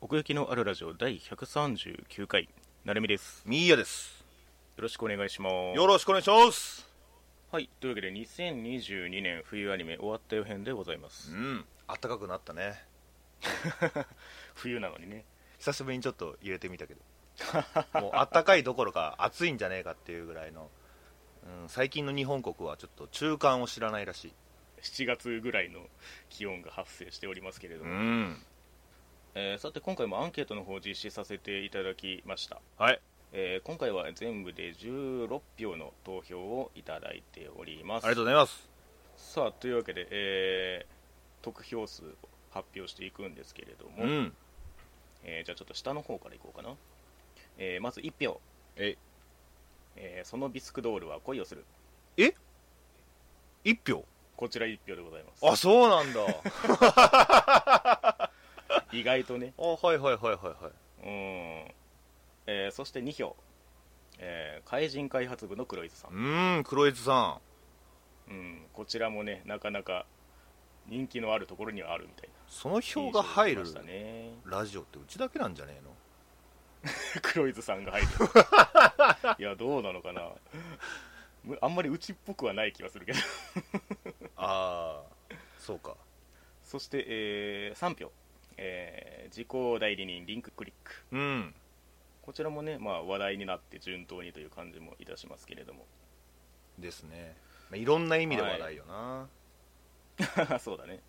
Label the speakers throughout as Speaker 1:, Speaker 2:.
Speaker 1: 奥行きのあるラジオ第139回なるみです
Speaker 2: ミーヤです。
Speaker 1: よろしくお願いします
Speaker 2: よろしくお願いします。
Speaker 1: はいというわけで2022年冬アニメ終わったよ編でございま
Speaker 2: う
Speaker 1: す
Speaker 2: ん。暖かくなったね。
Speaker 1: 冬なのにね
Speaker 2: 久しぶりにちょっと入れてみたけ ど。もう暖かいどころか暑いんじゃねえかっていうぐらいの、うん、最近の日本国はちょっと中間を知らないらしい。
Speaker 1: 7月ぐらいの気温が発生しておりますけれども、
Speaker 2: ん。
Speaker 1: えーさて今回もアンケートの方を実施させていただきました、
Speaker 2: はい。
Speaker 1: えー今回は全部で16票の投票をいただいておりま
Speaker 2: あり
Speaker 1: す
Speaker 2: がとうございます。
Speaker 1: さあというわけで、えー得票数を発表していくんですけれども、
Speaker 2: ん。
Speaker 1: えーじゃあちょっと下の方からいこうかな、えーまず1票、
Speaker 2: え、
Speaker 1: えーそのビスクドールは恋をする
Speaker 2: 一票
Speaker 1: こちら1票でございます
Speaker 2: あ、そうなんだ。
Speaker 1: 意外とね
Speaker 2: あ、はいはいはいはいはい。
Speaker 1: うん、えーそして2票、えー怪人開発部の黒井さん
Speaker 2: う、ーん、黒津さん。
Speaker 1: うん、こちらもねなかなか人気のあるところにはあるみたいな
Speaker 2: その票が入る
Speaker 1: 印象を受けましたね
Speaker 2: ラジオってうちだけなんじゃねえの
Speaker 1: 黒井さんが入 るいやどうなのかなむあんまりうちっぽくはない気がするけど
Speaker 2: ああ、そうか。
Speaker 1: そして、えー3票、えー、自己代理人リンククリック
Speaker 2: うん。
Speaker 1: こちらもね、まあ、話題になって順当にという感じもいたしますけれども
Speaker 2: ですね。まあいろんな意味で話題よな。
Speaker 1: そうだね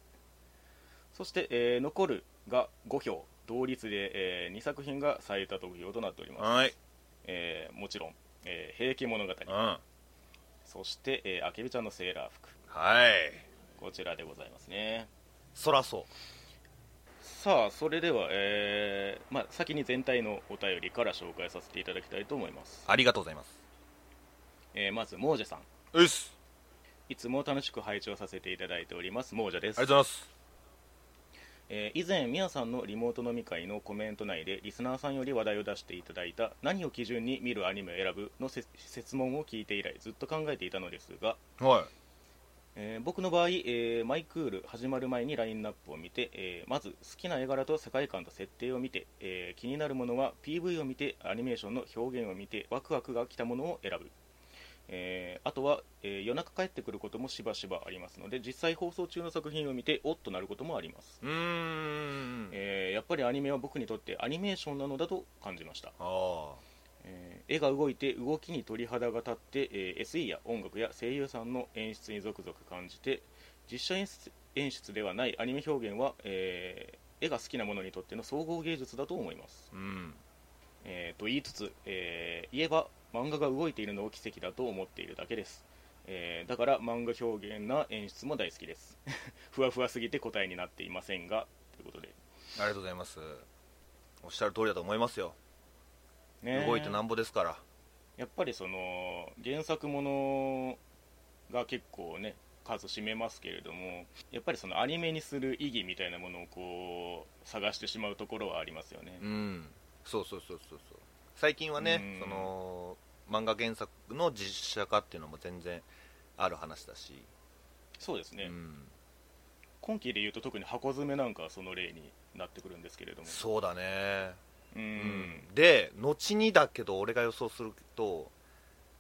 Speaker 1: そして、えー残るが5票同率で、え2作品が最多得票となっております、
Speaker 2: はい。
Speaker 1: えーもちろん、えー平家物語
Speaker 2: うん。
Speaker 1: そして、えー、あけびちゃんのセーラー服
Speaker 2: はい。
Speaker 1: こちらでございますね
Speaker 2: そらそ
Speaker 1: さあそれでは、えーまあ、先に全体のお便りから紹介させていただきたいと思います
Speaker 2: う。、ありがとうございます。
Speaker 1: えーまずモージェさん
Speaker 2: うっす。
Speaker 1: いつも楽しく拝聴させていただいておりますモージェです
Speaker 2: ありがとうございます。
Speaker 1: えー以前、みやさんのリモート飲み会のコメント内でリスナーさんより話題を出していただいた何を基準に見るアニメを選ぶのせ説問を聞いて以来ずっと考えていたのですが、
Speaker 2: は
Speaker 1: えー僕の場合、えーマイクール始まる前にラインナップを見て、えーまず好きな絵柄と世界観と設定を見て、えー気になるものは PV を見てアニメーションの表現を見てワクワクが来たものを選ぶ、えーあとは、えー夜中帰ってくることもしばしばありますので実際放送中の作品を見ておっとなることもあります
Speaker 2: い。うーん。
Speaker 1: えーやっぱりアニメは僕にとってアニメーションなのだと感じました、
Speaker 2: あ
Speaker 1: えー絵が動いて動きに鳥肌が立って、えー SE や音楽や声優さんの演出に続々感じて実写演出演出ではないアニメ表現は、えー絵が好きな者にとっての総合芸術だと思います、
Speaker 2: あ。うん。
Speaker 1: えーと言いつつ、えー言えば漫画が動いているのを奇跡だと思っているだけです、えーだから漫画表現な演出も大好きです ふわふわすぎて答えになっていませんがということで、
Speaker 2: ありがとうございます。おっしゃる通りだと思いますよ。
Speaker 1: ねー
Speaker 2: 動いてなんぼですから。
Speaker 1: やっぱりその原作ものが結構ね数占めますけれどもやっぱりそのアニメにする意義みたいなものをこう探してしまうところはありますよね
Speaker 2: うん。そうそうそうそうそう。最近はね、
Speaker 1: うん
Speaker 2: その漫画原作の実写化っていうのも全然ある話だし。
Speaker 1: そうです
Speaker 2: う
Speaker 1: ね、
Speaker 2: ん。
Speaker 1: 今期でいうと特に箱詰めなんかはその例になってくるんですけれども
Speaker 2: そうだね。
Speaker 1: うん、
Speaker 2: うんで、後にだけど俺が予想すると、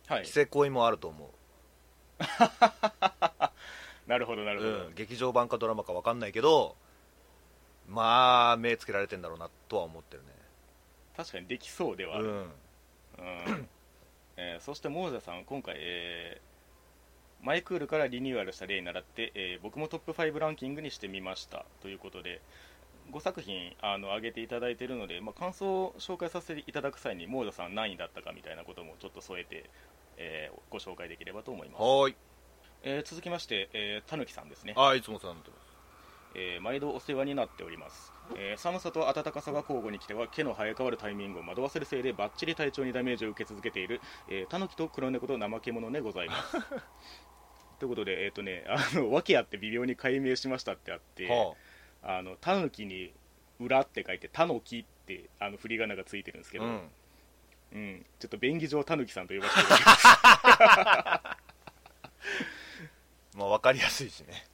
Speaker 1: はい
Speaker 2: キセコイもあると思う。
Speaker 1: なるほどなるほど、
Speaker 2: うん、劇場版かドラマか分かんないけどまあ目つけられてんだろうなとは思ってるね
Speaker 1: 確かにできそうではあ
Speaker 2: う
Speaker 1: る、
Speaker 2: ん
Speaker 1: うんえーそしてモーザさん今回、えーマイクールからリニューアルした例に倣って、えー僕もトップ5ランキングにしてみましたということで5作品あの上げていただいているので、まあ、感想を紹介させていただく際にモーザさん何位だったかみたいなこともちょっと添えて、えーご紹介できればと思います、
Speaker 2: はーい
Speaker 1: えー続きまして、えーたぬきさんですね
Speaker 2: あいつもそうなんだ
Speaker 1: えー毎度お世話になっております、えー寒さと暖かさが交互に来ては毛の生え変わるタイミングを惑わせるせいでバッチリ体調にダメージを受け続けている、えー、タヌキと黒猫と怠け者でございます ということでえっ、とね あの訳あって微妙に解明しましたってあって、
Speaker 2: は
Speaker 1: あのタヌキに裏って書いてタヌキってあの振り仮名がついてるんですけ
Speaker 2: あ、う
Speaker 1: ど、
Speaker 2: ん、
Speaker 1: うんちょっと便宜上タヌキさんと呼ばせていただきます
Speaker 2: まあ分かりやすいしね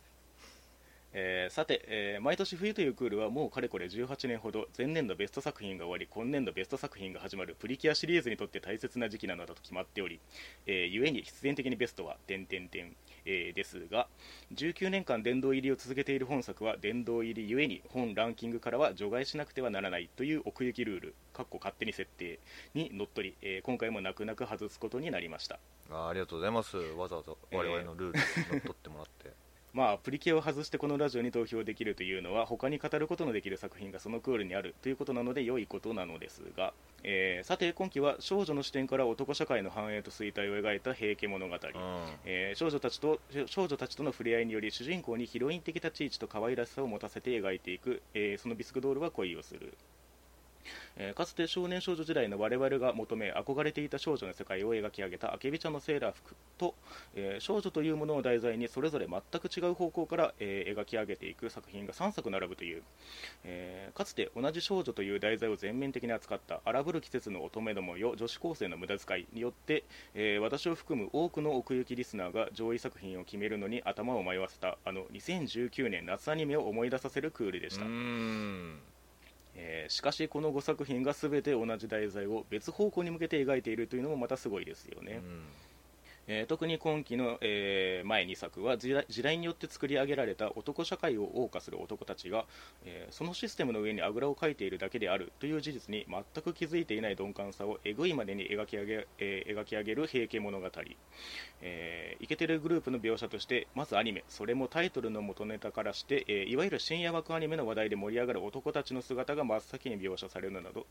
Speaker 1: えーさて、えー毎年冬というクールはもうかれこれ18年ほど前年度ベスト作品が終わり今年度ベスト作品が始まるプリキュアシリーズにとって大切な時期なのだと決まっており、えー、ゆえに必然的にベストは点点点えーですが19年間殿堂入りを続けている本作は殿堂入りゆえに本ランキングからは除外しなくてはならないという奥行きルールかっこ勝手に設定にのっとり、えー今回も泣く泣く外すことになりました
Speaker 2: あーありがとうございますわざわざ我々のルールにのっとってもらって、
Speaker 1: まあ、プリキュアを外してこのラジオに投票できるというのは他に語ることのできる作品がそのクールにあるということなので良いことなのですが、えーさて今期は少女の視点から男社会の繁栄と衰退を描いた「平家物語」
Speaker 2: う
Speaker 1: えー少女たちと少女たちとの触れ合いにより主人公にヒロイン的立ち位置と可愛らしさを持たせて描いていく、えーそのビスクドールは恋をする、えーかつて少年少女時代の我々が求め憧れていた少女の世界を描き上げた「あけびちゃんのセーラー服と」えー少女というものを題材にそれぞれ全く違う方向から、えー描き上げていく作品が3作並ぶという、えーかつて同じ少女という題材を全面的に扱った荒ぶる季節の乙女どもよ女子高生の無駄遣いによってえー私を含む多くの奥行きリスナーが上位作品を決めるのに頭を迷わせたあの2019年夏アニメを思い出させるクールでした、
Speaker 2: ん
Speaker 1: えーしかしこの5作品が全て同じ題材を別方向に向けて描いているというのもまたすごいですよね、
Speaker 2: うん
Speaker 1: えー特に今期の、えー前2作は時代時代によって作り上げられた男社会を謳歌する男たちが、えーそのシステムの上にあぐらをかいているだけであるという事実に全く気づいていない鈍感さをえぐいまでに描き上げ,、えー描き上げる平家物語えーイケてるグループの描写としてまずアニメそれもタイトルの元ネタからして、えーいわゆる深夜枠アニメの話題で盛り上がる男たちの姿が真っ先に描写されるなど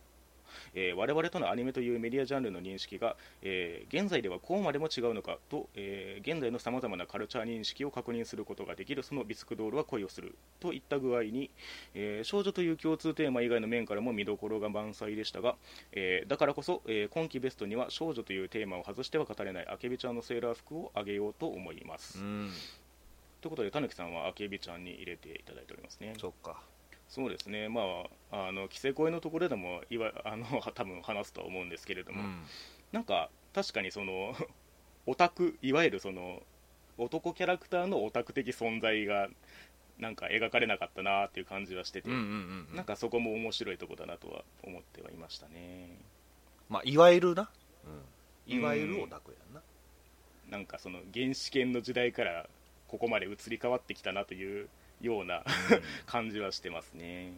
Speaker 1: えー我々とのアニメというメディアジャンルの認識が、えー現在ではこうまでも違うのかと、えー現在のさまざまなカルチャー認識を確認することができるそのビスクドールは恋をするといった具合に、えー少女という共通テーマ以外の面からも見どころが満載でしたが、えーだからこそ、えー今期ベストには少女というテーマを外しては語れないあけびちゃんのセーラー服をあげようと思います、
Speaker 2: うん
Speaker 1: ということでたぬきさんはあけびちゃんに入れていただいておりますね
Speaker 2: そっか
Speaker 1: そうですね、まあ、あの規制声のところでもいわ あの多分話すとは思うんですけれども、なんか確かにその オタクいわゆるその男キャラクターのオタク的存在がなんか描かれなかったなっていう感じはしてて、
Speaker 2: うんうんうんうん
Speaker 1: なんかそこも面白いとこだなとは思ってはいましたね
Speaker 2: まあいわゆるな、うん、いわゆるオタクやんな
Speaker 1: なんかその原始圏の時代からここまで移り変わってきたなというような感じはしてますね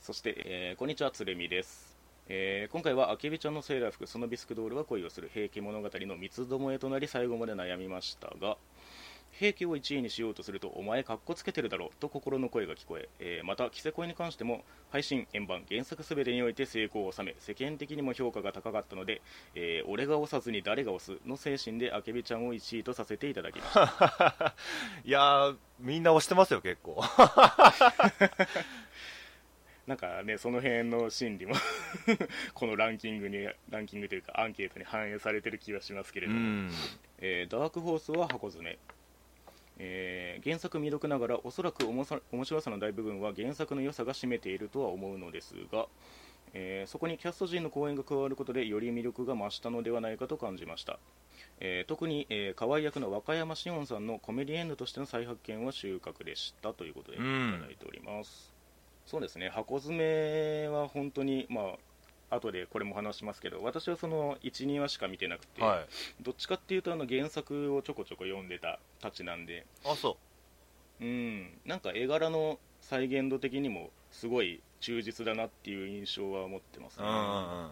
Speaker 1: そして、えーこんにちはつるみです、えー今回はあけびちゃんのセーラー服そのビスクドールは恋をする平家物語の三つどもえとなり最後まで悩みましたが平家を1位にしようとするとお前かっこつけてるだろと心の声が聞こええーまた「キセコイ」に関しても配信円盤原作すべてにおいて成功を収め世間的にも評価が高かったので、えー俺が押さずに誰が押すの精神であけびちゃんを1位とさせていただきました
Speaker 2: いやーみんな押してますよ結構
Speaker 1: なんかねその辺の心理も このランキングにランキングというかアンケートに反映されてる気はしますけれども、えーダークホースは箱詰め、えー原作未読ながらおそらく面さ面白さの大部分は原作の良さが占めているとは思うのですが、えーそこにキャスト陣の講演が加わることでより魅力が増したのではないかと感じました、えー特に、えー河合役の和歌山紫音さんのコメディエンヌとしての再発見は収穫でしたということでいた
Speaker 2: うん
Speaker 1: だいております、そうですね箱詰めは本当にまあ後でこれも話しますけど私はその12話しか見てなくて、
Speaker 2: はい
Speaker 1: どっちかっていうとあの原作をちょこちょこ読んでたたちなんで
Speaker 2: あそ
Speaker 1: うんなんか絵柄の再現度的にもすごい忠実だなっていう印象は持ってます
Speaker 2: うう
Speaker 1: ね
Speaker 2: んうんうんうん